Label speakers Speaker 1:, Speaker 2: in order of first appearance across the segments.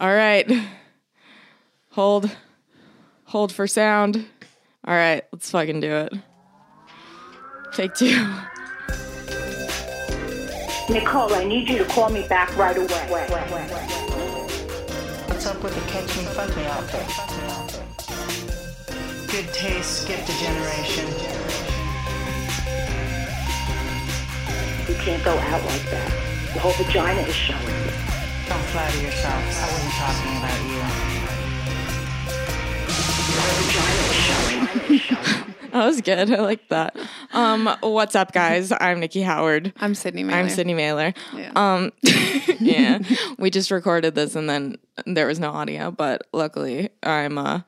Speaker 1: All right. Hold. Hold for sound. All right, let's fucking do it. Take two.
Speaker 2: Nicole, I need you to call me back right away.
Speaker 3: What's up with the catch me, fuck me outfit? Good taste, skipped a generation.
Speaker 2: You can't go out like that. The whole vagina is showing.
Speaker 3: Don't flatter yourselves. I wasn't talking about you.
Speaker 1: That was good. I like that. Um, what's up, guys? I'm Nikki Howard.
Speaker 4: I'm Sydney. Mailer.
Speaker 1: I'm Sydney Mailer.
Speaker 4: Yeah.
Speaker 1: Um, yeah, we just recorded this and then there was no audio, but luckily I'm uh,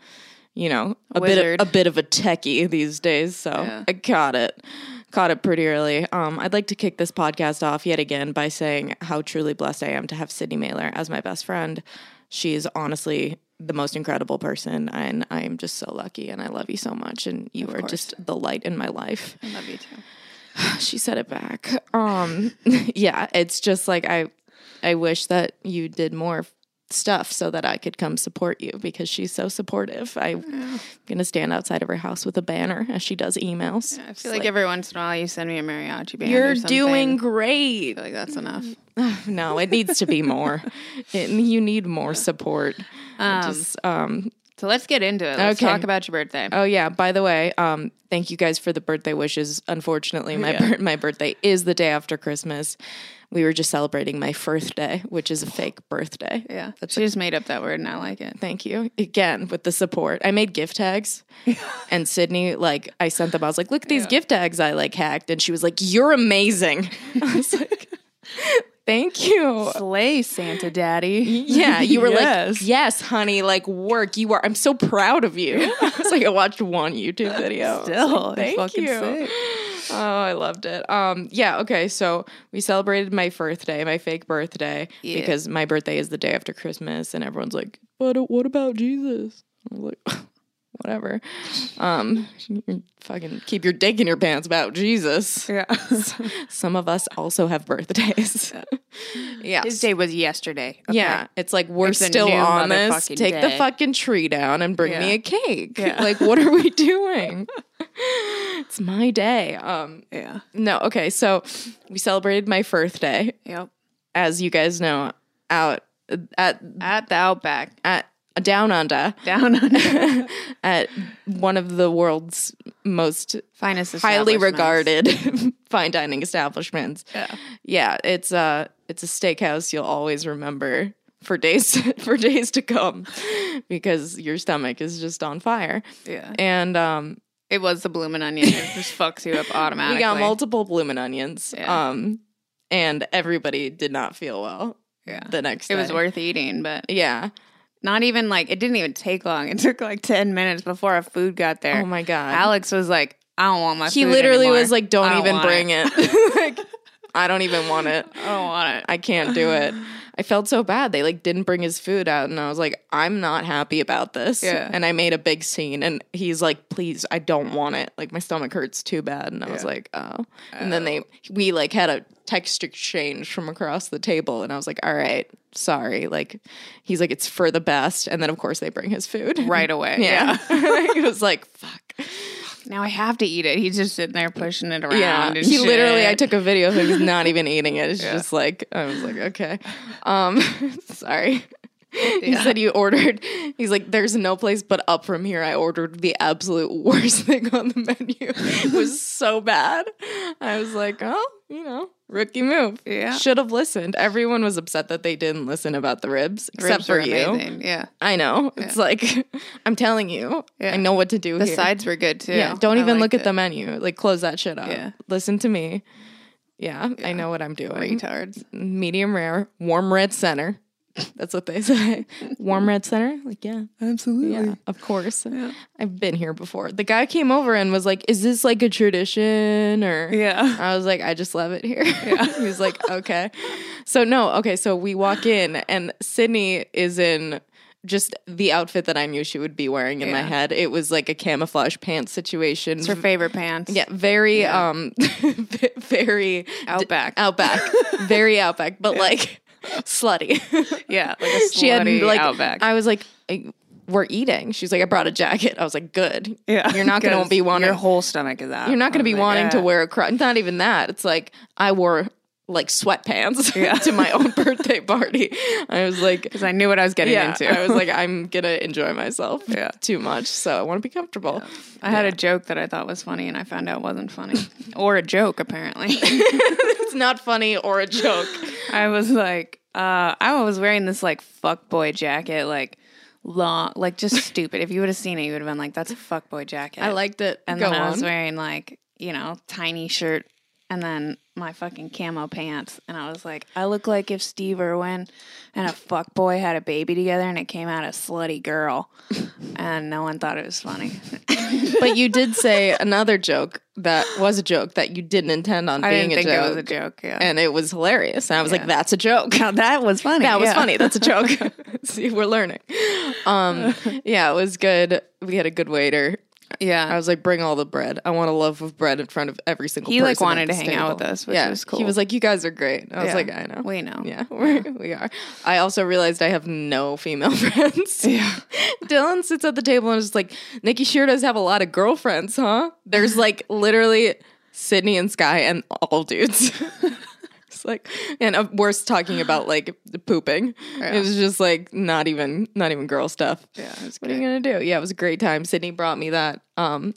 Speaker 1: you know, a bit
Speaker 4: Wizard.
Speaker 1: of, a bit of a techie these days, so
Speaker 4: Yeah.
Speaker 1: I caught it. Caught it pretty early. Um, I'd like to kick this podcast off yet again by saying how truly blessed I am to have Sydney Mailer as my best friend. She's honestly the most incredible person, and I am just so lucky, and I love you so much, and you are
Speaker 4: course.
Speaker 1: just the light in my life
Speaker 4: I love you too.
Speaker 1: she said it back. Um, yeah, it's just like I, I wish that you did more stuff so that I could come support you because she's so supportive. I'm gonna stand outside of her house with a banner as she does emails.
Speaker 4: I
Speaker 1: It's
Speaker 4: feel like, every once in a while you send me a mariachi band.
Speaker 1: you're
Speaker 4: or something.
Speaker 1: doing
Speaker 4: I
Speaker 1: great.
Speaker 4: feel like that's enough.
Speaker 1: No, it needs to be more. It, you need more support.
Speaker 4: Um,
Speaker 1: Just, um,
Speaker 4: so let's get into it. Let's
Speaker 1: Okay.
Speaker 4: talk about your birthday.
Speaker 1: Oh yeah. By the way, um, thank you guys for the birthday wishes. Unfortunately, my bir- my birthday is the day after Christmas. We were just celebrating my first day, which is a fake birthday.
Speaker 4: yeah, she just made up that word and I like it.
Speaker 1: Thank you again with the support. I made gift tags, and Sydney like I sent them. I was like, "Look at these gift tags I like hacked," and she was like, "You're amazing." I was like, "Thank you."
Speaker 4: Slay Santa Daddy.
Speaker 1: Yeah, you were
Speaker 4: Yes.
Speaker 1: like, yes, honey, like work. You are. I'm so proud of you. it's like I watched one YouTube video.
Speaker 4: Still, it's
Speaker 1: Thank
Speaker 4: fucking
Speaker 1: you.
Speaker 4: sick.
Speaker 1: Oh, I loved it. Um, yeah, okay. So we celebrated my birthday, my fake birthday,
Speaker 4: Yeah.
Speaker 1: because my birthday is the day after Christmas, and everyone's like, "But uh, what about Jesus?" I'm like, whatever. Um, you're fucking keep your dick in your pants about Jesus.
Speaker 4: Yeah.
Speaker 1: Some of us also have birthdays. yeah.
Speaker 4: His day was yesterday. okay?
Speaker 1: Yeah, it's like we're
Speaker 4: It's a
Speaker 1: still
Speaker 4: new
Speaker 1: on this.
Speaker 4: motherfucking
Speaker 1: Take the
Speaker 4: day.
Speaker 1: fucking tree down and bring me
Speaker 4: Yeah.
Speaker 1: a cake.
Speaker 4: Yeah.
Speaker 1: Like, what are we doing? it's my day. Um,
Speaker 4: Yeah.
Speaker 1: no, okay. So we celebrated my birthday,
Speaker 4: Yep. as
Speaker 1: as you guys know, out at
Speaker 4: At the Outback.
Speaker 1: at down under
Speaker 4: Down on
Speaker 1: at one of the world's most
Speaker 4: finest
Speaker 1: highly
Speaker 4: establishments.
Speaker 1: regarded fine dining establishments.
Speaker 4: Yeah.
Speaker 1: Yeah, it's a it's a steakhouse you'll always remember for days for days to come because your stomach is just on fire.
Speaker 4: Yeah.
Speaker 1: And um
Speaker 4: It was the bloomin' onion. It just fucks you up automatically.
Speaker 1: we got multiple bloomin' onions.
Speaker 4: Yeah.
Speaker 1: Um and everybody did not feel well
Speaker 4: Yeah.
Speaker 1: the next
Speaker 4: It was
Speaker 1: day.
Speaker 4: worth eating, but
Speaker 1: Yeah.
Speaker 4: not even like it didn't even take long. It took like ten minutes before our food got there.
Speaker 1: Oh my god.
Speaker 4: Alex was like, "I don't want my."
Speaker 1: he
Speaker 4: food
Speaker 1: literally
Speaker 4: anymore.
Speaker 1: was like,
Speaker 4: I
Speaker 1: Don't,
Speaker 4: don't
Speaker 1: even
Speaker 4: want
Speaker 1: bring it. it. like I don't even want it.
Speaker 4: I don't want it."
Speaker 1: I can't do it. I felt so bad. They like didn't bring his food out, and I was like, I'm not happy about this.
Speaker 4: Yeah.
Speaker 1: And I made a big scene, and he's like, Please, I don't want it. Like my stomach hurts too bad, and I was like, Oh. And then they we like had a text exchange from across the table, and I was like, All right, sorry. Like he's like, It's for the best. And then of course they bring his food
Speaker 4: right away.
Speaker 1: Yeah. he was like, Fuck.
Speaker 4: Now I have to eat it. He's just sitting there pushing it around.
Speaker 1: Yeah,
Speaker 4: and
Speaker 1: he literally.
Speaker 4: shit.
Speaker 1: I took a video of him he's not even eating it. It's just like I was like, okay, um, sorry. He said you ordered. He's like, there's no place but up from here. I ordered the absolute worst thing on the menu. It was so bad. I was like, oh, you know, rookie move.
Speaker 4: Yeah.
Speaker 1: should have listened. Everyone was upset that they didn't listen about the ribs, except
Speaker 4: Ribs
Speaker 1: for
Speaker 4: were
Speaker 1: you.
Speaker 4: amazing. Yeah.
Speaker 1: I know. It's like I'm telling you.
Speaker 4: Yeah.
Speaker 1: I know what to do.
Speaker 4: The
Speaker 1: here.
Speaker 4: sides were good too.
Speaker 1: Yeah, don't
Speaker 4: I
Speaker 1: even look
Speaker 4: liked
Speaker 1: at the
Speaker 4: it.
Speaker 1: menu. Like, close that shit up.
Speaker 4: Yeah.
Speaker 1: Listen to me. Yeah, I know what I'm doing.
Speaker 4: retards.
Speaker 1: Medium rare, warm red center. That's what they say. warm red center? Like, yeah.
Speaker 4: Absolutely.
Speaker 1: Yeah, of course. I've been here before. The guy came over and was like, Is this like a tradition or
Speaker 4: Yeah.
Speaker 1: I was like, I just love it here. he was like, okay. So no, okay. So we walk in, and Sydney is in just the outfit that I knew she would be wearing in my
Speaker 4: Yeah.
Speaker 1: head. It was like a camouflage pants situation.
Speaker 4: It's her favorite pants.
Speaker 1: yeah, very um, very
Speaker 4: Outback.
Speaker 1: outback, very outback, but like slutty.
Speaker 4: Yeah, like a
Speaker 1: she had
Speaker 4: slutty
Speaker 1: like
Speaker 4: outback.
Speaker 1: I was like, I- we're eating. She's like, I brought a jacket. I was like, good.
Speaker 4: yeah,
Speaker 1: you're not gonna
Speaker 4: 'cause
Speaker 1: be wanting.
Speaker 4: Your whole stomach is out.
Speaker 1: you're not
Speaker 4: I
Speaker 1: gonna
Speaker 4: was
Speaker 1: be
Speaker 4: like,
Speaker 1: wanting to
Speaker 4: yeah.
Speaker 1: wear a crop. Not even that. It's like I wore like sweatpants to my own birthday party. I was like.
Speaker 4: 'Cause I knew what I was getting
Speaker 1: Yeah,
Speaker 4: into.
Speaker 1: I was like, I'm gonna enjoy myself
Speaker 4: Yeah.
Speaker 1: too much, so I want to be comfortable.
Speaker 4: I had a joke that I thought was funny, and I found out wasn't funny, or a joke apparently.
Speaker 1: It's not funny or a joke.
Speaker 4: I was like, uh, I was wearing this like fuckboy jacket, like long, like just stupid. If you would have seen it, you would have been like, "That's a fuckboy jacket."
Speaker 1: I liked it.
Speaker 4: And
Speaker 1: Go
Speaker 4: then I
Speaker 1: on.
Speaker 4: was wearing like you know tiny shirt, and then my fucking camo pants, and I was like, I look like if Steve Irwin and a fuckboy had a baby together, and it came out a slutty girl, and no one thought it was funny.
Speaker 1: but you did say another joke that was a joke that you didn't intend on
Speaker 4: I
Speaker 1: being
Speaker 4: didn't think
Speaker 1: a
Speaker 4: it
Speaker 1: joke.
Speaker 4: was a joke. Yeah.
Speaker 1: and it was hilarious. And I was like, that's a joke.
Speaker 4: now that was funny.
Speaker 1: That was
Speaker 4: yeah.
Speaker 1: funny. That's a joke. See, we're learning. Um, yeah, it was good. We had a good waiter.
Speaker 4: Yeah.
Speaker 1: I was like, bring all the bread. I want a love of bread in front of every single
Speaker 4: He,
Speaker 1: person.
Speaker 4: like, wanted
Speaker 1: at this
Speaker 4: to hang out
Speaker 1: table.
Speaker 4: with us, which
Speaker 1: yeah.
Speaker 4: was
Speaker 1: He
Speaker 4: cool.
Speaker 1: was like, you guys are great. I was
Speaker 4: Yeah.
Speaker 1: like, I know.
Speaker 4: We know.
Speaker 1: Yeah, we're, we are. I also realized I have no female friends. Yeah. Dylan sits at the table and is just like, Nikki sure does have a lot of girlfriends, huh? There's like literally Sydney and Sky and all dudes. it's like, and uh, worse talking about like the pooping. It was just like not even, not even girl stuff.
Speaker 4: Yeah, it was
Speaker 1: What are you gonna do? Yeah, it was a great time. Sydney brought me that. Um,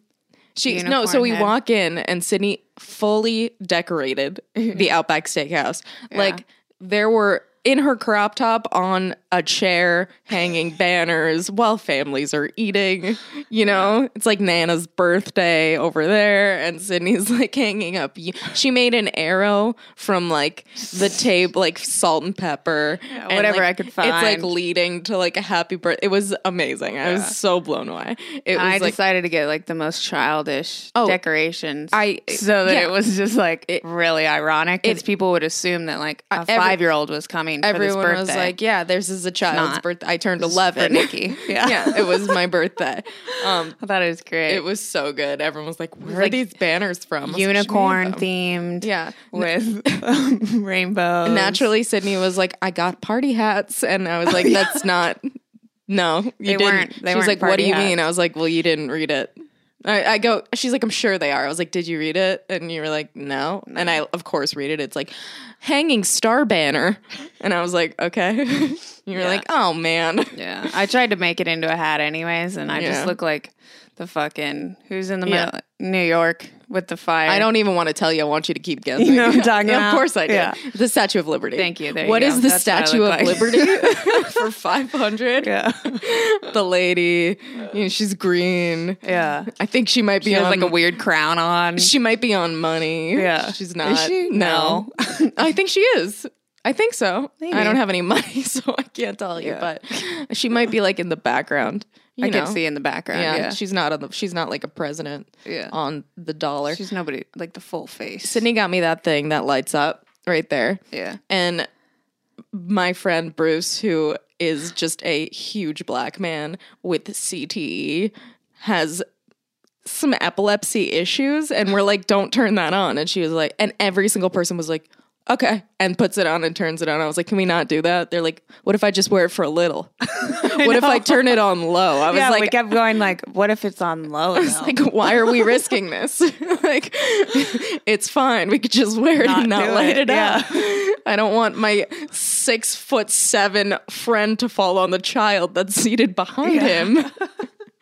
Speaker 1: she no. So
Speaker 4: Unicorn
Speaker 1: we
Speaker 4: head.
Speaker 1: walk in and Sydney fully decorated the Outback Steakhouse. Like there were in her crop top on a chair hanging banners while families are eating. You know, it's like Nana's birthday over there, and Sydney's like hanging up. She made an arrow from like the tape, like salt and pepper, and,
Speaker 4: whatever
Speaker 1: like,
Speaker 4: I could
Speaker 1: It's like
Speaker 4: find.
Speaker 1: leading to like a happy birth. It was amazing. I was so blown away. It was
Speaker 4: I
Speaker 1: like
Speaker 4: decided to get like the most childish
Speaker 1: Oh,
Speaker 4: decorations.
Speaker 1: I-
Speaker 4: so that
Speaker 1: yeah.
Speaker 4: it was just like really ironic because people would assume that like a
Speaker 1: every-
Speaker 4: five year old was coming. For this
Speaker 1: everyone
Speaker 4: birthday.
Speaker 1: was like, "Yeah, this is a child's
Speaker 4: not.
Speaker 1: birthday." I turned
Speaker 4: This is for
Speaker 1: eleven.
Speaker 4: Nikki. Yeah.
Speaker 1: yeah, it was my birthday. Um,
Speaker 4: I thought it was great.
Speaker 1: it was so good. Everyone was like, "Where are
Speaker 4: like
Speaker 1: these banners from?" I was like, "She made
Speaker 4: unicorn
Speaker 1: them."
Speaker 4: themed.
Speaker 1: Yeah.
Speaker 4: with rainbows.
Speaker 1: Naturally, Sydney was like, "I got party hats," and I was like, "That's not." No, you
Speaker 4: They
Speaker 1: didn't.
Speaker 4: weren't- they
Speaker 1: she was
Speaker 4: weren't
Speaker 1: like, "What do
Speaker 4: party
Speaker 1: you mean?"
Speaker 4: hats.
Speaker 1: I was like, "Well, you didn't read it." I, I go. She's like, "I'm sure they are." I was like, "Did you read it?" And you were like, "No." And I, of course, read it. It's like hanging star banner, and I was like, "Okay." you were like, "Oh man."
Speaker 4: Yeah, I tried to make it into a hat anyways, and I
Speaker 1: Yeah.
Speaker 4: just look like the fucking who's in the
Speaker 1: Yeah.
Speaker 4: middle New York with the fire.
Speaker 1: I don't even want to tell you. I want you to keep guessing.
Speaker 4: You know what I'm talking
Speaker 1: of
Speaker 4: about?
Speaker 1: course I do.
Speaker 4: Yeah.
Speaker 1: The Statue of Liberty.
Speaker 4: Thank you. There you
Speaker 1: What
Speaker 4: go.
Speaker 1: is the
Speaker 4: That's what I
Speaker 1: Statue of
Speaker 4: look like.
Speaker 1: Liberty for five hundred?
Speaker 4: Yeah,
Speaker 1: The lady, you know, she's green.
Speaker 4: yeah.
Speaker 1: I think she might be
Speaker 4: She has
Speaker 1: on
Speaker 4: like a weird crown on.
Speaker 1: She might be on money.
Speaker 4: Yeah.
Speaker 1: she's
Speaker 4: Is
Speaker 1: not.
Speaker 4: she?
Speaker 1: No, I think she is. I think so. I
Speaker 4: Maybe.
Speaker 1: don't have any money, so I can't tell you.
Speaker 4: Yeah.
Speaker 1: But she might be like in the background. You
Speaker 4: I
Speaker 1: know?
Speaker 4: could see in the background.
Speaker 1: Yeah,
Speaker 4: Yeah,
Speaker 1: she's not on the. She's not like a president.
Speaker 4: Yeah.
Speaker 1: on the dollar.
Speaker 4: she's nobody like the full face.
Speaker 1: Sydney got me that thing that lights up right there.
Speaker 4: Yeah.
Speaker 1: And my friend Bruce, who is just a huge black man with CTE, has some epilepsy issues. And we're like, don't turn that on. And she was like, and every single person was like, okay, and puts it on and turns it on. I was like, can we not do that? They're like, what if I just wear it for a little? what if I turn it on low? I was
Speaker 4: yeah,
Speaker 1: like,
Speaker 4: we kept going like, what if it's on low? I
Speaker 1: it's like, why are we risking this? like, it's fine. We could just wear it and
Speaker 4: Not
Speaker 1: not
Speaker 4: do
Speaker 1: light it,
Speaker 4: it, yeah.
Speaker 1: up. I don't want my six foot seven friend to fall on the child that's seated behind him.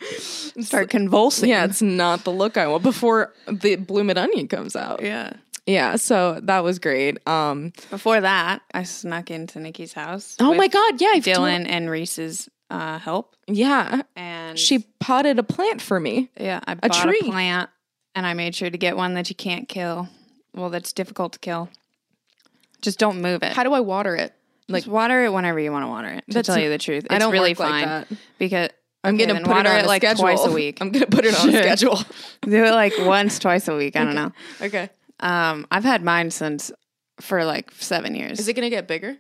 Speaker 4: start convulsing.
Speaker 1: Yeah, it's not the look I want before the bloomin' onion comes out.
Speaker 4: yeah.
Speaker 1: Yeah, so that was great. Um,
Speaker 4: Before that, I snuck into Nikki's house.
Speaker 1: oh
Speaker 4: with
Speaker 1: my god, yeah, I've told-
Speaker 4: Dylan and Reese's uh, help,
Speaker 1: yeah,
Speaker 4: and
Speaker 1: she potted a plant for me.
Speaker 4: yeah, I bought a,
Speaker 1: tree.
Speaker 4: plant, and I made sure to get one that you can't kill. Well, that's difficult to kill. Just don't move it.
Speaker 1: How do I water it?
Speaker 4: like Just water it whenever you want to water it. To
Speaker 1: That's
Speaker 4: tell
Speaker 1: n-
Speaker 4: you the truth, it's
Speaker 1: I don't
Speaker 4: really
Speaker 1: work like
Speaker 4: fine
Speaker 1: that.
Speaker 4: because
Speaker 1: I'm
Speaker 4: okay,
Speaker 1: gonna
Speaker 4: then
Speaker 1: put it
Speaker 4: water
Speaker 1: on
Speaker 4: it
Speaker 1: a
Speaker 4: like
Speaker 1: schedule.
Speaker 4: twice a week.
Speaker 1: I'm gonna put it on a schedule.
Speaker 4: Do it like once, twice a week. I don't know.
Speaker 1: Okay,
Speaker 4: Um, I've had mine since for like seven years.
Speaker 1: is it gonna get bigger?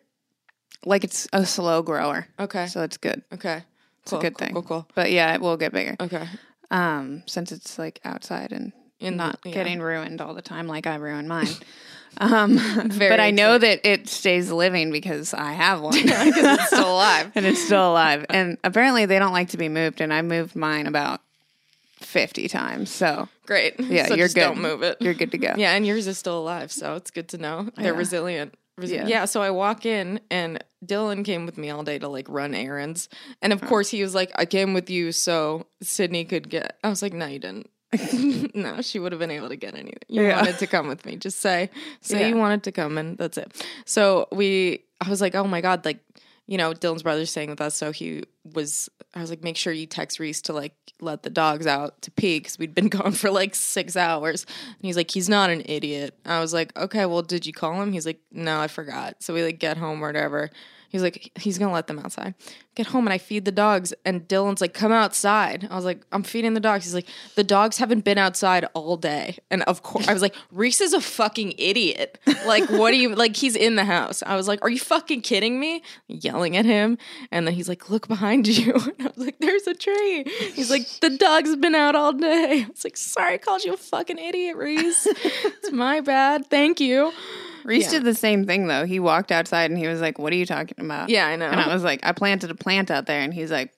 Speaker 4: like it's a slow grower,
Speaker 1: Okay.
Speaker 4: so it's good.
Speaker 1: Okay.
Speaker 4: It's a good
Speaker 1: cool,
Speaker 4: thing.
Speaker 1: Cool, cool.
Speaker 4: But yeah, it will get bigger.
Speaker 1: Okay.
Speaker 4: Um, since it's like outside and
Speaker 1: And
Speaker 4: not
Speaker 1: yeah.
Speaker 4: getting ruined all the time like I ruin mine. Um,
Speaker 1: Very
Speaker 4: but I know that it stays living because I have one.
Speaker 1: it's still alive.
Speaker 4: and it's still alive. And apparently they don't like to be moved, and I moved mine about 50 times. So
Speaker 1: Great.
Speaker 4: yeah,
Speaker 1: So
Speaker 4: you're
Speaker 1: just
Speaker 4: good.
Speaker 1: Don't move it.
Speaker 4: You're good to go.
Speaker 1: Yeah, and yours is still alive, so it's good to know. They're
Speaker 4: Yeah.
Speaker 1: resilient. Resi- yeah.
Speaker 4: Yeah.
Speaker 1: so I walk in and Dylan came with me all day to like run errands. And of course he was like, I came with you so Sydney could get I was like, No, you didn't. no, she would have been able to get anything. You
Speaker 4: Yeah.
Speaker 1: wanted to come with me. Just say say
Speaker 4: Yeah.
Speaker 1: you wanted to come and that's it. So we I was like, Oh my god, like you know, Dylan's brother's staying with us, so he was. I was like, make sure you text Reese to like let the dogs out to pee because we'd been gone for like six hours. And he's like, he's not an idiot. I was like, okay, well, did you call him? He's like, no, I forgot. So we like get home or whatever. He's like, he's gonna let them outside. Get home and I feed the dogs. And Dylan's like, come outside. I was like, I'm feeding the dogs. He's like, the dogs haven't been outside all day. And of course, I was like, Reese is a fucking idiot. Like, what do you like? He's in the house. I was like, are you fucking kidding me? Yelling at him. And then he's like, look behind you. And I was like, there's a tree. He's like, the dog's been out all day. I was like, sorry, I called you a fucking idiot, Reese. it's my bad. Thank you.
Speaker 4: Reese
Speaker 1: Yeah.
Speaker 4: did the same thing though. He walked outside and he was like, What are you talking about?
Speaker 1: Yeah, I know.
Speaker 4: And I was like, I planted a plant out there. And he's like,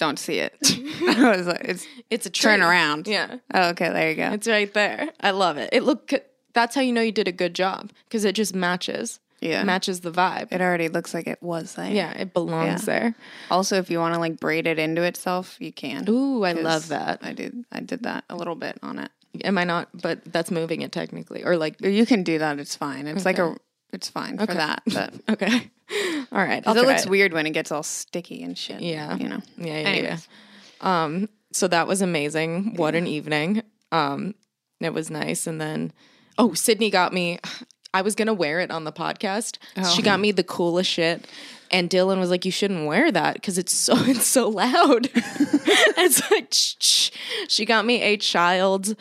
Speaker 4: Don't see it. I was like, It's
Speaker 1: It's a tree.
Speaker 4: turn around.
Speaker 1: Yeah.
Speaker 4: Oh, okay. There you go.
Speaker 1: It's right there. I love it. It look. That's how you know you did a good job because it just matches.
Speaker 4: Yeah.
Speaker 1: matches the vibe.
Speaker 4: It already looks like it was there.
Speaker 1: yeah, it belongs there.
Speaker 4: Also, if you want to like braid it into itself, you can.
Speaker 1: Ooh, I
Speaker 4: 'Cause
Speaker 1: love that.
Speaker 4: I did. I did that a little bit on it.
Speaker 1: Am I not? But that's moving it technically, or like
Speaker 4: You can do that. It's fine. It's like a. It's fine for that. But
Speaker 1: okay, all right. I'll
Speaker 4: because it
Speaker 1: try
Speaker 4: looks weird when it gets all sticky and shit.
Speaker 1: Yeah.
Speaker 4: You know.
Speaker 1: Yeah, yeah, yeah.
Speaker 4: Anyways.
Speaker 1: So that was amazing. What an evening. Um, it was nice. And then, oh, Sydney got me. I was gonna wear it on the podcast.
Speaker 4: Oh.
Speaker 1: She got me the coolest shit. And Dylan was like, "You shouldn't wear that because it's so it's so loud." it's like "Shh, shh." she got me a child's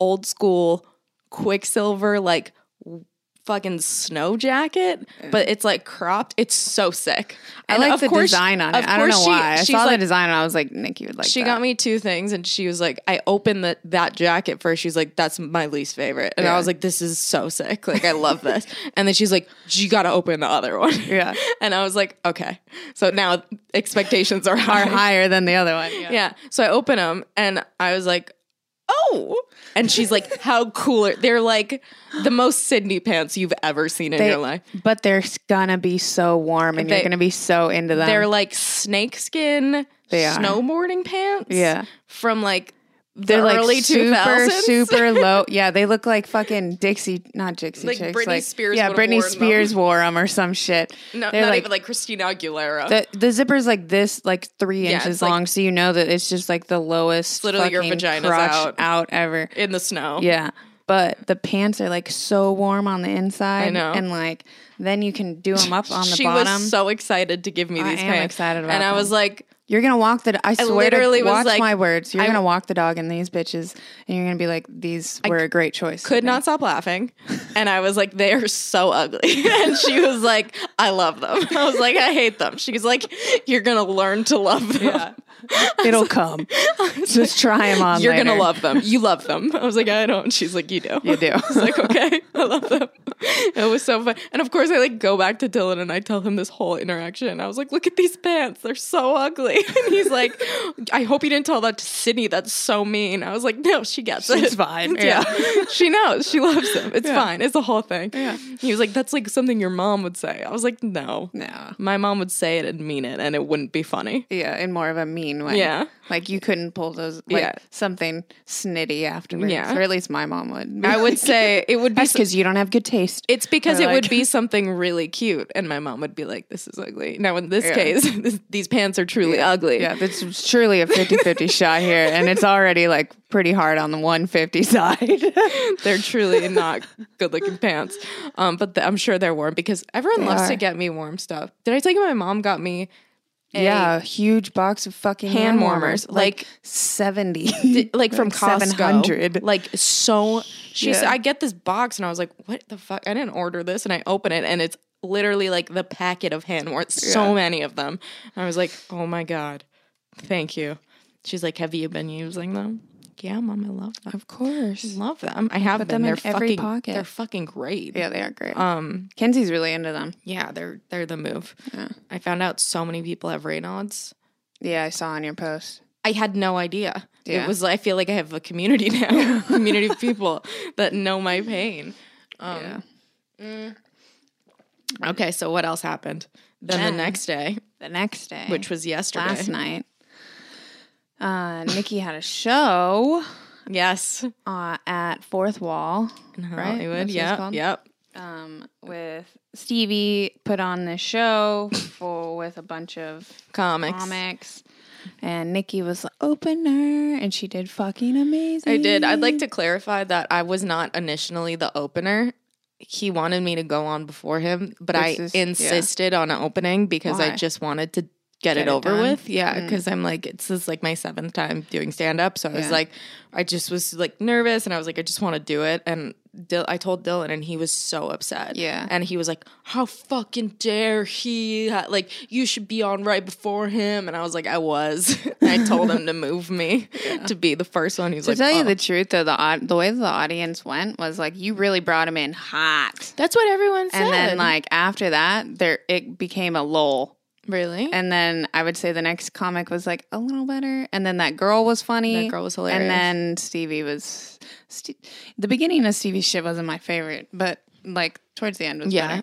Speaker 1: old school Quicksilver like w- fucking snow jacket, but it's like cropped. It's so sick.
Speaker 4: I
Speaker 1: And
Speaker 4: like
Speaker 1: of
Speaker 4: the
Speaker 1: course-
Speaker 4: design on
Speaker 1: of
Speaker 4: it. I don't know
Speaker 1: course she-
Speaker 4: why. I
Speaker 1: she's
Speaker 4: saw
Speaker 1: like,
Speaker 4: the design and I was like, Nick, you would like.
Speaker 1: she
Speaker 4: that.
Speaker 1: got me two things and she was like i opened the, that jacket first she's like that's my least favorite and i
Speaker 4: Yeah.
Speaker 1: was like this is so sick like i love this and then she's like you gotta open the other one
Speaker 4: Yeah.
Speaker 1: and i was like okay so now expectations are high,
Speaker 4: Are higher than the other one. Yeah.
Speaker 1: yeah so i open them and i was like oh and she's like how cool are they're like the most sydney pants you've ever seen in
Speaker 4: They-
Speaker 1: your life
Speaker 4: but they're gonna be so warm, and
Speaker 1: They-
Speaker 4: you're gonna be so into them.
Speaker 1: they're like snakeskin
Speaker 4: They are.
Speaker 1: snowboarding pants
Speaker 4: Yeah.
Speaker 1: from like the
Speaker 4: they're like
Speaker 1: early
Speaker 4: super
Speaker 1: 2000s.
Speaker 4: super low. Yeah, they look like fucking Dixie, not Dixie
Speaker 1: Like
Speaker 4: chicks.
Speaker 1: Britney Spears
Speaker 4: Yeah,
Speaker 1: would've
Speaker 4: Britney
Speaker 1: worn them.
Speaker 4: Spears wore 'em wore them or some shit.
Speaker 1: No,
Speaker 4: They're
Speaker 1: not
Speaker 4: like-
Speaker 1: even like Christina Aguilera.
Speaker 4: The, the zipper's like this, like three
Speaker 1: Yeah, it's
Speaker 4: inches
Speaker 1: like-
Speaker 4: long, so you know that it's just like the lowest.
Speaker 1: literally your
Speaker 4: fucking
Speaker 1: vagina's
Speaker 4: crotch
Speaker 1: out.
Speaker 4: ever.
Speaker 1: in the snow.
Speaker 4: Yeah. But the pants are like so warm on the inside.
Speaker 1: I know.
Speaker 4: And like, then you can do them up on the
Speaker 1: she
Speaker 4: bottom.
Speaker 1: was so excited to give me
Speaker 4: I
Speaker 1: these
Speaker 4: am
Speaker 1: pants.
Speaker 4: excited about
Speaker 1: And I
Speaker 4: them.
Speaker 1: was like,
Speaker 4: you're going to walk the, I swear
Speaker 1: literally
Speaker 4: to
Speaker 1: was
Speaker 4: watch
Speaker 1: like-
Speaker 4: my words. You're
Speaker 1: I-
Speaker 4: going to walk the dog in these bitches and you're going to be like, these were a great choice.
Speaker 1: could not stop laughing. And I was like, they are so ugly. And she was like, I love them. I was like, I hate them. She was like, you're going to learn to love them.
Speaker 4: It'll come. Just try them on
Speaker 1: You're going to
Speaker 4: later.
Speaker 1: love them. You love them. I was like, I don't. She's like, you do.
Speaker 4: You do.
Speaker 1: I was like, okay, I love them. It was so fun. And of course, I like go back to Dylan and I tell him this whole interaction. I was like, look at these pants. They're so ugly. And he's like, I hope you didn't tell that to Sydney. That's so mean. I was like, no, she gets it.
Speaker 4: She's fine.
Speaker 1: Yeah.
Speaker 4: Yeah.
Speaker 1: She knows. She loves them. It's
Speaker 4: Yeah.
Speaker 1: fine. It's a whole thing. Yeah. He was like, that's like something your mom would say. I was like, no.
Speaker 4: No.
Speaker 1: My mom would say it and mean it and it wouldn't be funny.
Speaker 4: Yeah, in more of a mean way.
Speaker 1: Yeah.
Speaker 4: Like you couldn't pull those like
Speaker 1: Yeah.
Speaker 4: something snitty afterwards.
Speaker 1: Yeah.
Speaker 4: Or at least my mom would.
Speaker 1: I would say it would be
Speaker 4: That's because you don't have good taste.
Speaker 1: It's because
Speaker 4: Or
Speaker 1: it would
Speaker 4: like-
Speaker 1: be something really cute, and my mom would be like, "This is ugly." Now, in this
Speaker 4: Yeah.
Speaker 1: case, this, these pants are truly ugly.
Speaker 4: yeah, that's surely a 50-50 shot here, and it's already like pretty hard on the 150 side.
Speaker 1: They're truly not good-looking pants. Um, but th- I'm sure they're warm because everyone loves to
Speaker 4: are.
Speaker 1: get me warm stuff. Did I tell you my mom got me? a-
Speaker 4: yeah, a huge box of fucking
Speaker 1: Hand
Speaker 4: hand
Speaker 1: warmers,
Speaker 4: warmers,
Speaker 1: like-
Speaker 4: 70.
Speaker 1: Di- like from Costco,
Speaker 4: 700.
Speaker 1: Like so, she said,
Speaker 4: Yeah.
Speaker 1: "I get this box," and I was like, "What the fuck? I didn't order this." And I open it, and it's literally like the packet of hand warts. So many of them. I was like, "Oh my god, thank you." She's like, "Have you been using them?" Fuck yeah, mom, I love them.
Speaker 4: Of course.
Speaker 1: Love them. I have
Speaker 4: Put
Speaker 1: them.
Speaker 4: them
Speaker 1: They're
Speaker 4: in every
Speaker 1: fucking,
Speaker 4: pocket.
Speaker 1: They're fucking great.
Speaker 4: Yeah, they are great.
Speaker 1: Um.
Speaker 4: Uh, Kenzie's really into them.
Speaker 1: Yeah, they're they're the move.
Speaker 4: Yeah.
Speaker 1: I found out so many people have Raynaud's.
Speaker 4: Yeah, I saw on your post.
Speaker 1: I had no idea.
Speaker 4: Yeah.
Speaker 1: It was. I feel like I have a community now, community of people that know my pain. Um,
Speaker 4: Yeah.
Speaker 1: Okay, so what else happened? Then,
Speaker 4: Then-
Speaker 1: the next day,
Speaker 4: The next day,
Speaker 1: which was yesterday.
Speaker 4: last night, uh, Nikki had a show
Speaker 1: Yes.
Speaker 4: uh, at Fourth Wall.
Speaker 1: In
Speaker 4: Right? That's what
Speaker 1: Hollywood.
Speaker 4: it's
Speaker 1: Yeah.
Speaker 4: called?
Speaker 1: Yep.
Speaker 4: um, with Stevie put on this show for with a bunch of
Speaker 1: Comics.
Speaker 4: comics, and Nikki was the opener, and she did fucking amazing.
Speaker 1: I did. I'd like to clarify that I was not initially the opener. He wanted me to go on before him, but I
Speaker 4: This is- yeah.
Speaker 1: insisted on opening because
Speaker 4: Why?
Speaker 1: I just wanted to get,
Speaker 4: Get
Speaker 1: it
Speaker 4: it
Speaker 1: over
Speaker 4: done. Mm.
Speaker 1: with. Yeah, because I'm like, it's this is like my seventh time doing stand up, so I
Speaker 4: Yeah.
Speaker 1: was like, I just was like nervous, and I was like, I just want to do it. And Dil- I told Dylan, and he was so upset.
Speaker 4: Yeah.
Speaker 1: and he was like, how fucking dare he? Ha- Like, you should be on right before him. And I was like, I was. I told him to move me to be the first one. He's
Speaker 4: To
Speaker 1: like,
Speaker 4: tell
Speaker 1: "Oh."
Speaker 4: you the truth, though, the au- the way the audience went was like you really brought him in hot,
Speaker 1: That's what everyone said.
Speaker 4: and then like after that, there it became a lull.
Speaker 1: really,
Speaker 4: And then I would say the next comic was like a little better. And then that girl was funny.
Speaker 1: That girl was hilarious.
Speaker 4: And then Stevie was. Ste the beginning of Stevie's shit wasn't my favorite, but like towards the end was
Speaker 1: Yeah.
Speaker 4: better.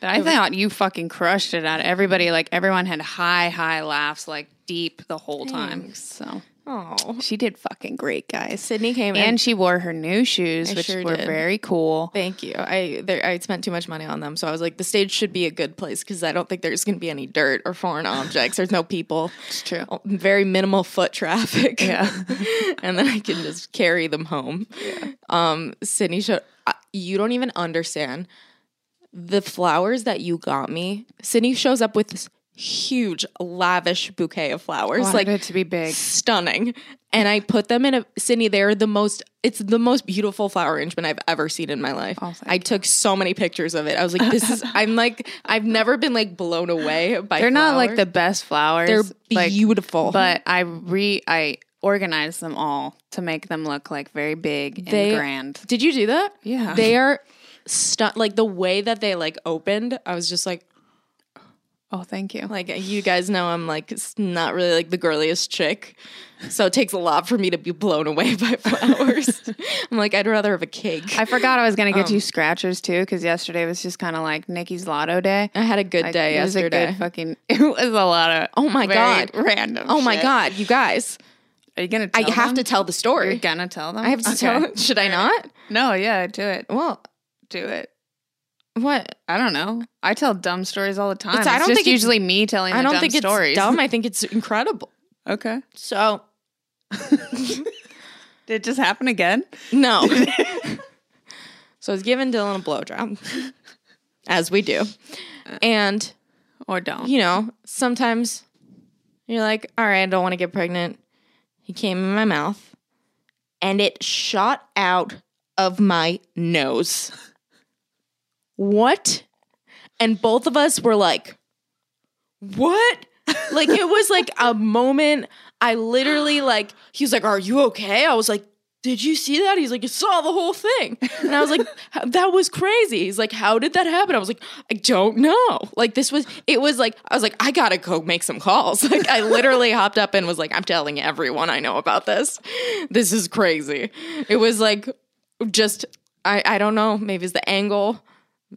Speaker 4: But I thought you fucking crushed it out. Everybody, like everyone had high, high laughs, like deep the whole time. So
Speaker 1: oh,
Speaker 4: she did fucking great, guys.
Speaker 1: Sydney came in.
Speaker 4: And she wore her new shoes,
Speaker 1: I
Speaker 4: which
Speaker 1: sure
Speaker 4: were
Speaker 1: did.
Speaker 4: very cool.
Speaker 1: Thank you. I there, I spent too much money on them, so I was like, the stage should be a good place because I don't think there's going to be any dirt or foreign objects. There's no people. Oh,
Speaker 4: It's true.
Speaker 1: Very minimal foot traffic. Yeah, and then I can just carry them home. Um, Sydney, showed, I, you don't even understand the flowers that you got me. Sydney shows up with this huge, lavish bouquet of flowers.
Speaker 4: Wanted
Speaker 1: like
Speaker 4: it to be big.
Speaker 1: stunning. And I put them in a Sydney. They're the most. It's the most beautiful flower arrangement I've ever seen in my life.
Speaker 4: Oh, thank
Speaker 1: I took so many pictures of it. I was like, this is. I'm like, I've never been like blown away by.
Speaker 4: They're not like
Speaker 1: flowers.
Speaker 4: the best flowers.
Speaker 1: They're
Speaker 4: like,
Speaker 1: beautiful,
Speaker 4: but I re I organized them all to make them look like very big and
Speaker 1: They-
Speaker 4: grand.
Speaker 1: Did you do that?
Speaker 4: Yeah.
Speaker 1: They are stunned. Like the way that they like opened, I was just like,
Speaker 4: Oh, thank you.
Speaker 1: like you guys know, I'm like s- not really like the girliest chick, so it takes a lot for me to be blown away by flowers. I'm like, I'd rather have a cake.
Speaker 4: I forgot I was gonna
Speaker 1: Oh.
Speaker 4: get you scratchers too because yesterday was just kind of like Nikki's Lotto day.
Speaker 1: I had a good
Speaker 4: Like,
Speaker 1: day
Speaker 4: it was a good
Speaker 1: yesterday.
Speaker 4: fucking. It was a lot of.
Speaker 1: Oh my
Speaker 4: very
Speaker 1: God.
Speaker 4: Random.
Speaker 1: Oh my
Speaker 4: shit.
Speaker 1: god, you guys!
Speaker 4: Are you gonna?
Speaker 1: I
Speaker 4: Tell
Speaker 1: have to
Speaker 4: them?
Speaker 1: tell the
Speaker 4: You're
Speaker 1: story.
Speaker 4: gonna tell them.
Speaker 1: I have to
Speaker 4: Okay.
Speaker 1: tell. Should I not?
Speaker 4: No, yeah, do it.
Speaker 1: Well,
Speaker 4: Do it.
Speaker 1: what?
Speaker 4: I don't know. I tell dumb stories all the time.
Speaker 1: It's-
Speaker 4: I
Speaker 1: I don't
Speaker 4: don't just
Speaker 1: think it's-
Speaker 4: usually me telling.
Speaker 1: I
Speaker 4: the
Speaker 1: don't
Speaker 4: dumb
Speaker 1: think
Speaker 4: stories.
Speaker 1: it's dumb. I think it's incredible.
Speaker 4: Okay.
Speaker 1: So
Speaker 4: Did it just happen again?
Speaker 1: no. so I was giving Dylan a blowjob, as we do,
Speaker 4: Uh.
Speaker 1: and
Speaker 4: Or don't?
Speaker 1: you know sometimes you're like, all right, I don't want to get pregnant. He came in my mouth, and it shot out of my nose. What? And both of us were like, what? Like it was like a moment. I literally like he was like, "Are you okay?" I was like, "Did you see that?" He's like, "You saw the whole thing," and I was like, "H- "That was crazy." He's like, "How did that happen?" I was like, "I don't know." Like this was it was like I was like, "I gotta go make some calls." Like I literally hopped up and was like, "I'm telling everyone I know about this. This is crazy." It was like just I I don't know. Maybe it's the angle.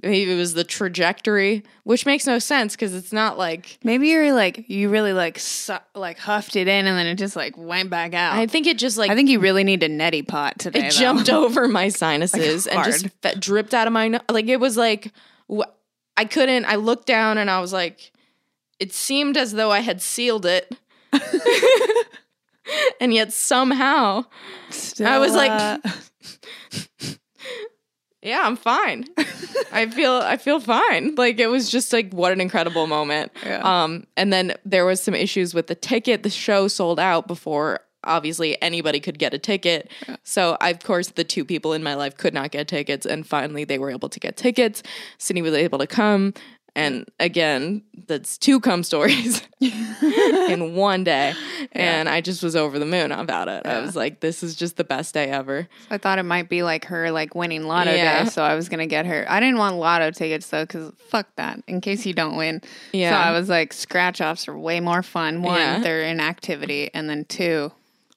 Speaker 1: Maybe it was the trajectory, which makes no sense because it's not like
Speaker 4: Maybe you're like you really like su- like huffed it in and then it just like went back out.
Speaker 1: I think it just like
Speaker 4: I think you really need a neti pot today.
Speaker 1: it
Speaker 4: though.
Speaker 1: jumped over my sinuses
Speaker 4: Like,
Speaker 1: and just fe- dripped out of my nose. Like it was like wh- I couldn't. I looked down and I was like, it seemed as though I had sealed it, and yet somehow,
Speaker 4: Still,
Speaker 1: I was like-
Speaker 4: uh,
Speaker 1: yeah, I'm fine. I feel I feel fine. Like it was just like what an incredible moment.
Speaker 4: Yeah.
Speaker 1: Um, and then there was some issues with the ticket. The show sold out before. Obviously, anybody could get a ticket. So, I, of course, the two people in my life could not get tickets, and finally, they were able to get tickets. Sydney was able to come, and again, that's two come stories in one day. It And I just was over the moon about it. I
Speaker 4: Yeah.
Speaker 1: was like, this is just the best day ever.
Speaker 4: I thought it might be like her like winning lotto
Speaker 1: Yeah.
Speaker 4: day, so I was gonna get her. I didn't want lotto tickets though, because fuck that. In case you don't win,
Speaker 1: Yeah.
Speaker 4: So I was like, scratch offs are way more fun. One,
Speaker 1: Yeah.
Speaker 4: they're an activity, and then two,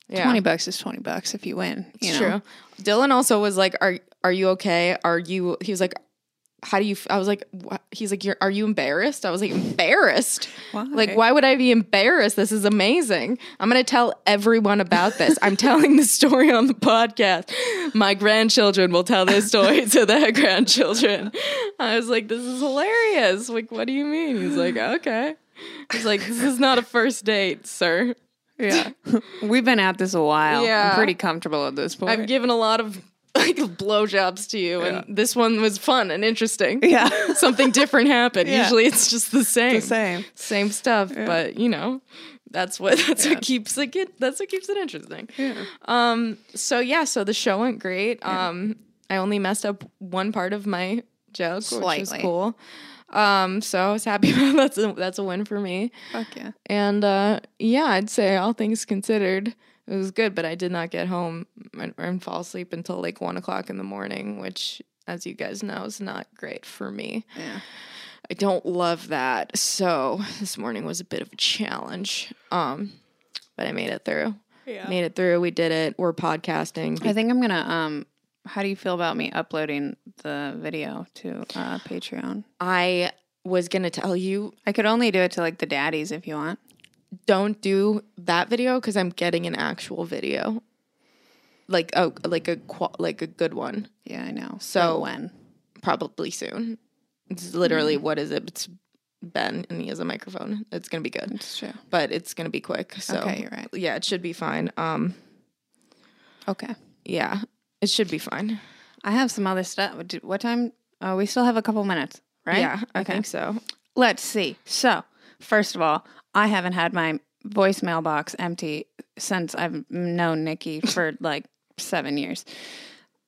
Speaker 1: Yeah.
Speaker 4: twenty bucks is twenty bucks if you win. You
Speaker 1: It's
Speaker 4: know?
Speaker 1: true. Dylan also was like, "Are are you okay? Are you?" He was like, "How do you?" f-" I was like, "What?" "He's like, You're, are you embarrassed?" I was like, "Embarrassed?
Speaker 4: Why?
Speaker 1: Like, why would I be embarrassed? This is amazing. I'm gonna tell everyone about this. I'm telling the story on the podcast. My grandchildren will tell this story to their grandchildren." I was like, "This is hilarious. Like, what do you mean?" He's like, "Okay." He's like, "This is not a first date, sir."
Speaker 4: Yeah, we've been at this a while.
Speaker 1: Yeah.
Speaker 4: I'm pretty comfortable at this point.
Speaker 1: I've given a lot of like blowjobs to you, and this one was fun and interesting.
Speaker 4: yeah,
Speaker 1: Something different happened.
Speaker 4: Yeah.
Speaker 1: Usually it's just the same.
Speaker 4: the same.
Speaker 1: Same stuff, but you know, that's what that's
Speaker 4: Yeah.
Speaker 1: what keeps it good. That's what keeps it interesting.
Speaker 4: Yeah.
Speaker 1: Um so yeah, so the show went great. Um I only messed up one part of my joke, which was
Speaker 4: Slightly.
Speaker 1: cool. Um so I was happy about that's a, that's a win for me.
Speaker 4: Fuck yeah.
Speaker 1: And uh, yeah, I'd say all things considered, it was good, but I did not get home and, and fall asleep until like one o'clock in the morning, which, as you guys know, is not great for me.
Speaker 4: Yeah.
Speaker 1: I don't love that. So this morning was a bit of a challenge, um, but I made it through.
Speaker 4: Yeah.
Speaker 1: Made it through. We did it. We're podcasting.
Speaker 4: I think I'm gonna. Um, how do you feel about me uploading the video to uh, Patreon?
Speaker 1: I was gonna tell you
Speaker 4: I could only do it to like the daddies if you want.
Speaker 1: don't do that video because I'm getting an actual video, like oh, like a qua- like a good one.
Speaker 4: Yeah, I know.
Speaker 1: So-
Speaker 4: So when?
Speaker 1: probably soon. It's literally
Speaker 4: Mm-hmm.
Speaker 1: what is it? It's Ben and he has a microphone. It's gonna be good,
Speaker 4: It's true.
Speaker 1: but it's gonna be quick. So
Speaker 4: Okay, you're right.
Speaker 1: yeah, it should be fine. Um,
Speaker 4: Okay.
Speaker 1: yeah, it should be fine.
Speaker 4: I have some other stuff. What do- What time? Oh, we still have a couple minutes, right?
Speaker 1: Yeah,
Speaker 4: Okay.
Speaker 1: I think so.
Speaker 4: Let's see. So, first of all, I haven't had my voicemail box empty since I've known Nikki for like seven years.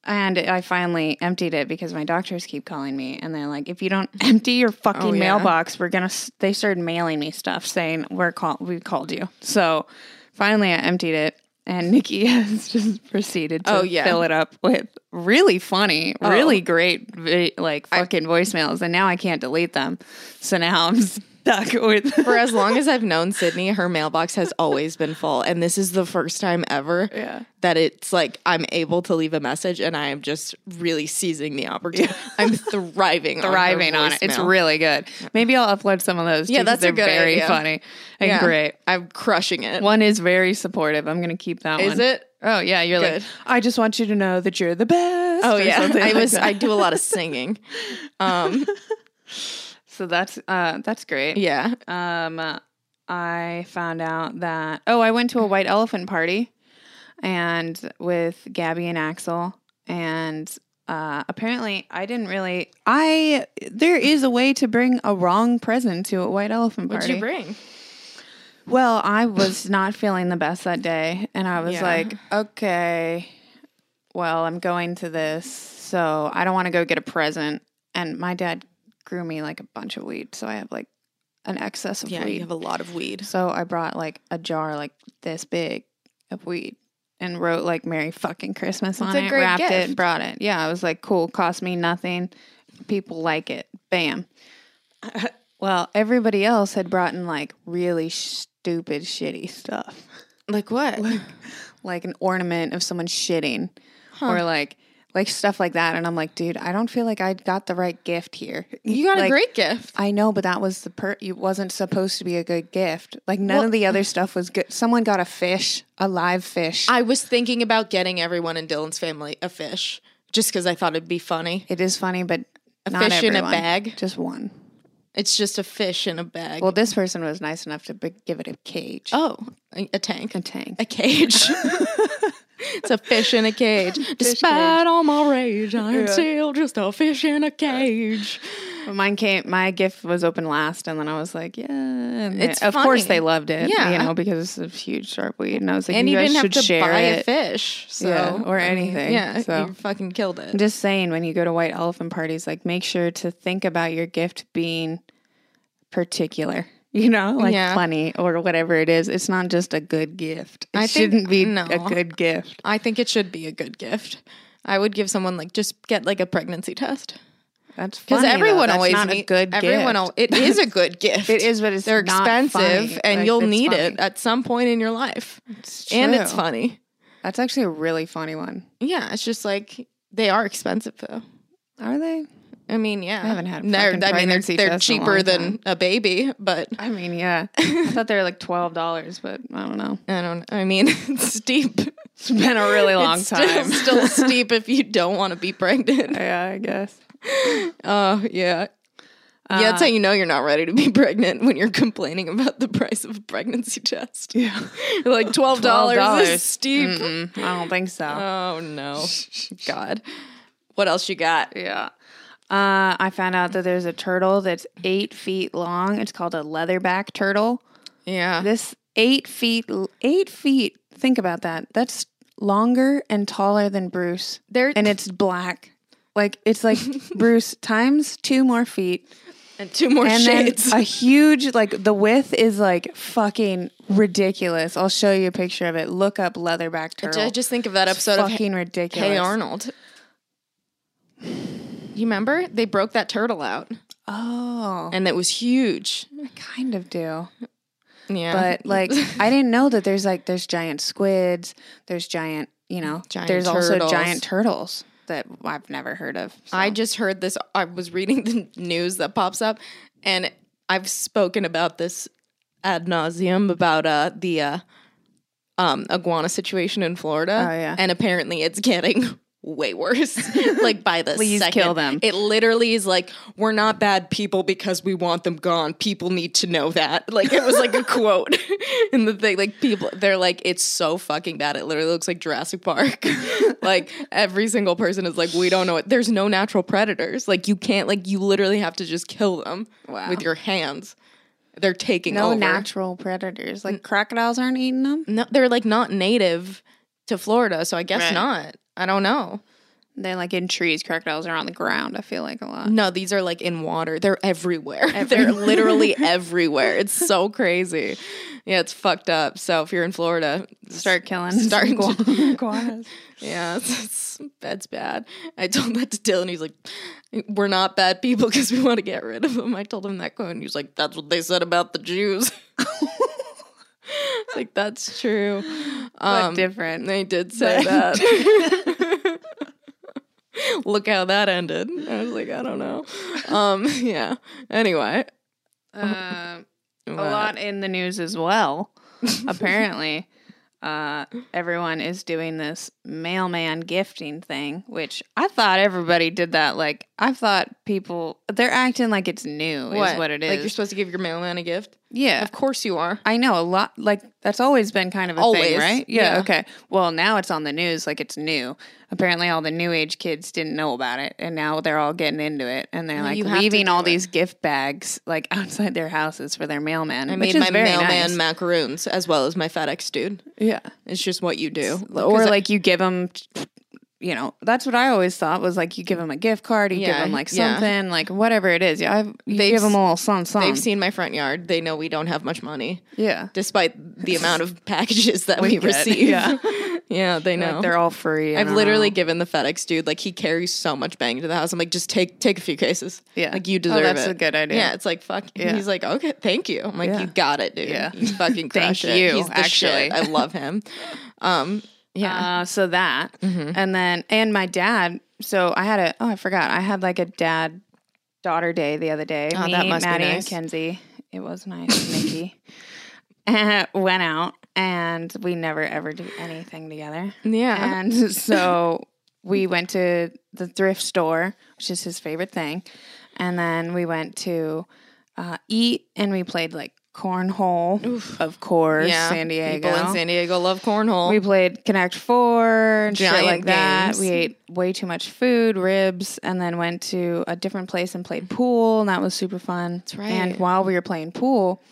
Speaker 4: And I finally emptied it because my doctors keep calling me and they're like, if you don't empty your fucking
Speaker 1: Oh, yeah.
Speaker 4: mailbox, we're going to, they started mailing me stuff saying, we're call- we called you. So finally I emptied it and Nikki has just proceeded to
Speaker 1: Oh, yeah.
Speaker 4: fill it up with really funny,
Speaker 1: Oh.
Speaker 4: really great, vi- like fucking voicemails. And now I can't delete them. So now I'm stuck with,
Speaker 1: For as long as I've known Sydney, her mailbox has always been full, and this is the first time ever
Speaker 4: Yeah.
Speaker 1: that it's like I'm able to leave a message, and I am just really seizing the opportunity. I'm thriving,
Speaker 4: thriving on it. It's
Speaker 1: voicemail.
Speaker 4: really good. Maybe I'll upload some of those.
Speaker 1: Yeah,
Speaker 4: too, 'cause
Speaker 1: that's a
Speaker 4: they're
Speaker 1: good
Speaker 4: very
Speaker 1: idea.
Speaker 4: funny and
Speaker 1: Yeah.
Speaker 4: great.
Speaker 1: I'm crushing it. Is
Speaker 4: One is very supportive. I'm gonna keep that one.
Speaker 1: it?
Speaker 4: Oh yeah, you're
Speaker 1: Good.
Speaker 4: like. I just want you to know that you're the best.
Speaker 1: Oh
Speaker 4: or
Speaker 1: yeah,
Speaker 4: something
Speaker 1: I
Speaker 4: like
Speaker 1: was.
Speaker 4: that.
Speaker 1: I do a lot of singing. Um,
Speaker 4: so that's uh that's great.
Speaker 1: yeah.
Speaker 4: Um, uh, I found out that oh, I went to a white elephant party, and with Gabby and Axel, and uh, apparently I didn't really. I there is a way to bring a wrong present to a white elephant party.
Speaker 1: bring?
Speaker 4: Well, I was not feeling the best that day, and I was
Speaker 1: Yeah.
Speaker 4: like, okay, well, I'm going to this, so I don't want to go get a present. And my dad grew me like a bunch of weed, so I have like an excess of
Speaker 1: Yeah,
Speaker 4: weed.
Speaker 1: you have a lot of weed.
Speaker 4: so I brought like a jar like this big of weed and wrote like "Merry fucking Christmas" on
Speaker 1: a
Speaker 4: it,
Speaker 1: great
Speaker 4: wrapped it,
Speaker 1: gift.
Speaker 4: and brought it. Yeah, I was like, cool, cost me nothing. People like it. Bam. Well, everybody else had brought in like really stupid, shitty stuff,
Speaker 1: Like what?
Speaker 4: like an ornament of someone shitting, or like like stuff like that. And I'm like, dude, I don't feel like I got the right gift here.
Speaker 1: you got a
Speaker 4: Like,
Speaker 1: great gift.
Speaker 4: I know, but that was the per. It wasn't supposed to be a good gift. Like none
Speaker 1: Well- Mm.
Speaker 4: of the other stuff was good. Someone got a fish, a live fish.
Speaker 1: I was thinking about getting everyone in Dylan's family a fish, just because I thought it'd be funny.
Speaker 4: it is funny, but
Speaker 1: A
Speaker 4: not
Speaker 1: fish in a
Speaker 4: everyone.
Speaker 1: bag?
Speaker 4: Just one.
Speaker 1: It's just a fish in a bag.
Speaker 4: Well, this person was nice enough to b- give it a cage,
Speaker 1: oh, a, a tank,
Speaker 4: a tank.
Speaker 1: a cage. it's a fish in a cage. Despite all my rage, I am still just a fish in a cage.
Speaker 4: But Mine came. My gift was open last, and then I was like, "Yeah." And
Speaker 1: It's
Speaker 4: of course
Speaker 1: funny.
Speaker 4: they loved it.
Speaker 1: Yeah.
Speaker 4: you know because it's a huge sharp weed, and I was like,
Speaker 1: And
Speaker 4: "You,
Speaker 1: you,
Speaker 4: guys
Speaker 1: didn't have
Speaker 4: should
Speaker 1: to
Speaker 4: share
Speaker 1: buy
Speaker 4: it."
Speaker 1: a fish, so
Speaker 4: Yeah, or
Speaker 1: I mean,
Speaker 4: anything,
Speaker 1: yeah,
Speaker 4: so.
Speaker 1: you fucking killed it.
Speaker 4: I'm just saying, when you go to white elephant parties, like make sure to think about your gift being particular. you know, like
Speaker 1: Yeah.
Speaker 4: funny or whatever it is. It's not just a good gift. It
Speaker 1: I think-
Speaker 4: shouldn't be
Speaker 1: no.
Speaker 4: a good gift.
Speaker 1: I think it should be a good gift. I would give someone like just get like a pregnancy test
Speaker 4: That's
Speaker 1: because
Speaker 4: funny, though.
Speaker 1: everyone
Speaker 4: That's
Speaker 1: always
Speaker 4: not a
Speaker 1: need-
Speaker 4: good
Speaker 1: everyone
Speaker 4: gift.
Speaker 1: al- it is a good gift.
Speaker 4: It is, but it's
Speaker 1: They're
Speaker 4: not
Speaker 1: expensive
Speaker 4: funny.
Speaker 1: and
Speaker 4: Like,
Speaker 1: you'll
Speaker 4: it's
Speaker 1: need it
Speaker 4: funny.
Speaker 1: at some point in your life,
Speaker 4: It's
Speaker 1: and it's
Speaker 4: true.
Speaker 1: funny.
Speaker 4: That's actually a really funny one.
Speaker 1: Yeah, it's just like they are expensive though.
Speaker 4: Are they?
Speaker 1: I mean, yeah, I
Speaker 4: haven't had a
Speaker 1: They're, I
Speaker 4: fucking
Speaker 1: mean, they're,
Speaker 4: pregnancy
Speaker 1: they're
Speaker 4: test in a
Speaker 1: cheaper
Speaker 4: long
Speaker 1: than a baby, but
Speaker 4: I mean, yeah. I thought they were like twelve dollars, but I don't know.
Speaker 1: I don't. I mean, it's steep.
Speaker 4: It's been a really long
Speaker 1: It's still-
Speaker 4: time.
Speaker 1: Still, steep if you don't want to be pregnant.
Speaker 4: yeah, I guess.
Speaker 1: Oh yeah. yeah, that's how you know you're not ready to be pregnant when you're complaining about the price of a pregnancy test. Yeah. You're like $12,
Speaker 4: $12.
Speaker 1: is steep.
Speaker 4: Mm, I don't think so.
Speaker 1: Oh no. God. What else you got?
Speaker 4: yeah. Uh, I found out that there's a turtle that's eight feet long. It's called a leatherback turtle.
Speaker 1: Yeah.
Speaker 4: This eight feet, eight feet. Think about that. That's longer and taller than Bruce,
Speaker 1: There
Speaker 4: and it's black. Like it's like Bruce times two more feet,
Speaker 1: and two more
Speaker 4: and
Speaker 1: shades.
Speaker 4: then a huge like the width is like fucking ridiculous. I'll show you a picture of it. Look up leatherback turtle.
Speaker 1: I just think of that episode of
Speaker 4: fucking ridiculous.
Speaker 1: Hey Arnold. You remember? They broke that turtle out
Speaker 4: Oh,
Speaker 1: and it was huge.
Speaker 4: I kind of do.
Speaker 1: Yeah.
Speaker 4: but like I didn't know that there's like there's giant squids, there's giant, you know,
Speaker 1: Giant
Speaker 4: there's also
Speaker 1: turtles.
Speaker 4: giant turtles that I've never heard of. so.
Speaker 1: I just heard this. I was reading the news that pops up, and I've spoken about this ad nauseum about uh, the uh, um, iguana situation in Florida.
Speaker 4: Oh, yeah.
Speaker 1: and apparently it's getting way worse. like by the
Speaker 4: Please
Speaker 1: second,
Speaker 4: kill them.
Speaker 1: It literally is like we're not bad people because we want them gone. People need to know that. Like it was like a quote in the thing. Like people, they're like it's so fucking bad. It literally looks like Jurassic Park. like every single person is like we don't know it. There's no natural predators. Like you can't. Like you literally have to just kill them
Speaker 4: Wow.
Speaker 1: with your hands. They're taking
Speaker 4: no
Speaker 1: over. Mm.
Speaker 4: natural predators. Like crocodiles aren't eating them.
Speaker 1: no, they're like not native to Florida, so I guess
Speaker 4: Right.
Speaker 1: not. I don't know.
Speaker 4: They're like in trees. Crocodiles are on the ground. I feel like a lot.
Speaker 1: No, these are like in water. They're everywhere. They're literally everywhere. It's so crazy. Yeah, it's fucked up. So if you're in Florida,
Speaker 4: Start killing.
Speaker 1: Start-
Speaker 4: iguan- iguanas.
Speaker 1: Yeah, it's, it's, that's bad. I told that to Dylan. He's like, "We're not bad people because we want to get rid of them." I told him that quote, and he was like, "That's what they said about the Jews." It's like that's true.
Speaker 4: But
Speaker 1: Um,
Speaker 4: different.
Speaker 1: they did say
Speaker 4: But-
Speaker 1: that. Look how that ended. I was like, I don't know. Um, yeah. Anyway,
Speaker 4: Um,
Speaker 1: What?
Speaker 4: a lot in the news as well. Apparently, uh, everyone is doing this mailman gifting thing, which I thought everybody did that. Like, I thought people they're acting like it's new is what it is.
Speaker 1: Like you're supposed to give your mailman a gift.
Speaker 4: yeah,
Speaker 1: Of course you are.
Speaker 4: I know a lot. Like that's always been kind of a
Speaker 1: Always,
Speaker 4: thing, right? Yeah,
Speaker 1: yeah.
Speaker 4: Okay. Well, now it's on the news. Like it's new. Apparently, all the new age kids didn't know about it, and now they're all getting into it, and they're
Speaker 1: No,
Speaker 4: like
Speaker 1: you have to
Speaker 4: leaving all
Speaker 1: do it.
Speaker 4: these gift bags like outside their houses for their mailman.
Speaker 1: I
Speaker 4: which
Speaker 1: made
Speaker 4: is
Speaker 1: my
Speaker 4: very
Speaker 1: mailman
Speaker 4: nice.
Speaker 1: macaroons as well as my FedEx dude.
Speaker 4: yeah.
Speaker 1: It's just what you do.
Speaker 4: or like you give them you know that's what i always thought was like you give them a gift card you give
Speaker 1: Yeah,
Speaker 4: them like
Speaker 1: yeah.
Speaker 4: something like whatever it is yeah I've, you
Speaker 1: They've
Speaker 4: give them
Speaker 1: s-
Speaker 4: a little something,
Speaker 1: they've
Speaker 4: something.
Speaker 1: seen my front yard. They know we don't have much money,
Speaker 4: yeah
Speaker 1: despite the amount of packages that
Speaker 4: We
Speaker 1: we,
Speaker 4: get,
Speaker 1: receive.
Speaker 4: yeah.
Speaker 1: yeah, they know.
Speaker 4: like they're all free I
Speaker 1: I've
Speaker 4: don't
Speaker 1: literally
Speaker 4: know.
Speaker 1: given the FedEx dude like he carries so much bang to the house. I'm like, just take take a few cases.
Speaker 4: Yeah.
Speaker 1: like you
Speaker 4: Oh,
Speaker 1: deserve
Speaker 4: that's
Speaker 1: it.
Speaker 4: a good idea.
Speaker 1: Yeah, it's like fuck.
Speaker 4: Yeah.
Speaker 1: He's like, okay, thank you. I'm like,
Speaker 4: Yeah.
Speaker 1: you got it, dude.
Speaker 4: Yeah.
Speaker 1: you fucking
Speaker 4: Thank
Speaker 1: crush it.
Speaker 4: you,
Speaker 1: He's the
Speaker 4: actually.
Speaker 1: shit. I love him. Um, yeah,
Speaker 4: uh, so that and then and my dad so i had a oh i forgot i had like a dad daughter day the other day
Speaker 1: Oh,
Speaker 4: Me,
Speaker 1: that must be
Speaker 4: maddie
Speaker 1: nice.
Speaker 4: and kenzie it was nice nikki uh, went out and we never ever do anything together
Speaker 1: yeah.
Speaker 4: And so we went to the thrift store, which is his favorite thing. And then we went to uh, eat and we played like cornhole, of course,
Speaker 1: yeah,
Speaker 4: San Diego.
Speaker 1: People in San Diego love cornhole.
Speaker 4: we played Connect Four and shit
Speaker 1: Giant
Speaker 4: like that.
Speaker 1: games.
Speaker 4: We ate way too much food, ribs, and then went to a different place and played pool, and that was super fun. That's
Speaker 1: right.
Speaker 4: And while we were playing pool,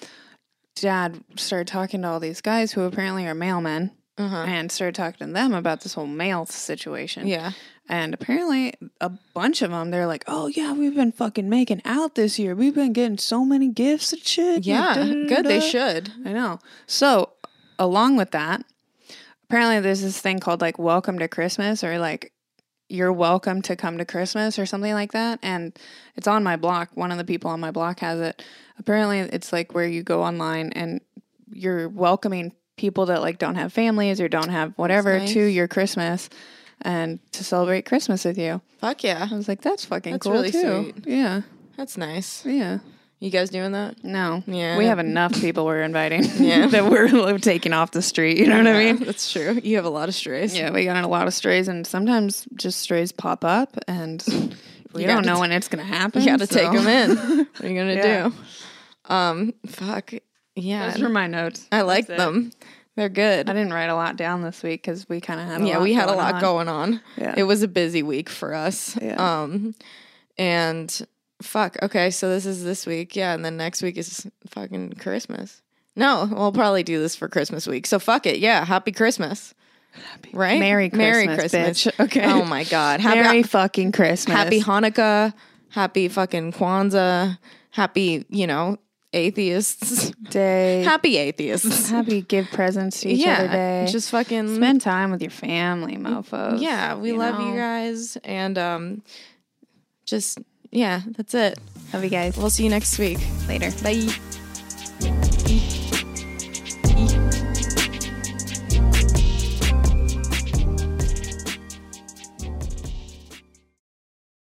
Speaker 4: Dad started talking to all these guys who apparently are mailmen.
Speaker 1: Uh-huh.
Speaker 4: and started talking to them about this whole mail situation.
Speaker 1: Yeah.
Speaker 4: And apparently, a bunch of them, they're like, oh, yeah, we've been fucking making out this year. We've been getting so many gifts and shit.
Speaker 1: Yeah. Good. They
Speaker 4: Da-da-da-da-da."
Speaker 1: should.
Speaker 4: I know. So, along with that, apparently there's this thing called like Welcome to Christmas or like You're Welcome to Come to Christmas or something like that. And it's on my block. One of the people on my block has it. Apparently, it's like where you go online and you're welcoming people that like don't have families or don't have whatever
Speaker 1: nice.
Speaker 4: to your Christmas and to celebrate Christmas with you.
Speaker 1: Fuck
Speaker 4: I
Speaker 1: yeah.
Speaker 4: was like, that's fucking
Speaker 1: That's
Speaker 4: cool
Speaker 1: really
Speaker 4: too.
Speaker 1: sweet.
Speaker 4: Yeah.
Speaker 1: That's nice.
Speaker 4: Yeah.
Speaker 1: You guys doing that?
Speaker 4: No.
Speaker 1: Yeah.
Speaker 4: We have enough people we're inviting
Speaker 1: Yeah.
Speaker 4: that we're taking off the street. You know what I
Speaker 1: Yeah,
Speaker 4: mean?
Speaker 1: that's true. You have a lot of strays.
Speaker 4: Yeah, we got a lot of strays, and sometimes just strays pop up, and we
Speaker 1: You
Speaker 4: don't
Speaker 1: gotta
Speaker 4: know
Speaker 1: t-
Speaker 4: when it's going to happen.
Speaker 1: You got to
Speaker 4: so-
Speaker 1: take them in. What are you gonna
Speaker 4: Yeah.
Speaker 1: do? Um, fuck. Yeah,
Speaker 4: Those were my notes.
Speaker 1: I like
Speaker 4: That's it.
Speaker 1: them. They're good.
Speaker 4: I didn't write a lot down this week because we kind of had a
Speaker 1: yeah,
Speaker 4: lot
Speaker 1: we had a
Speaker 4: going
Speaker 1: lot
Speaker 4: on.
Speaker 1: going on.
Speaker 4: Yeah.
Speaker 1: It was a busy week for us.
Speaker 4: Yeah.
Speaker 1: Um, and fuck. Okay, so this is this week. Yeah, and then next week is fucking Christmas. No, we'll probably do this for Christmas week. So fuck it. Yeah, happy Christmas. Right?
Speaker 4: Merry
Speaker 1: Merry
Speaker 4: Christmas,
Speaker 1: Christmas.
Speaker 4: bitch. Okay.
Speaker 1: Oh my god. Happy
Speaker 4: Merry fucking Christmas.
Speaker 1: happy Hanukkah, happy fucking Kwanzaa, happy, you know, atheists.
Speaker 4: day.
Speaker 1: happy atheists.
Speaker 4: Happy give presents to each other day.
Speaker 1: Just fucking
Speaker 4: spend time with your family, mofos.
Speaker 1: Yeah, we love
Speaker 4: know?
Speaker 1: you guys and um just yeah, that's it.
Speaker 4: Love you guys.
Speaker 1: We'll see you next week.
Speaker 4: Later.
Speaker 1: Bye.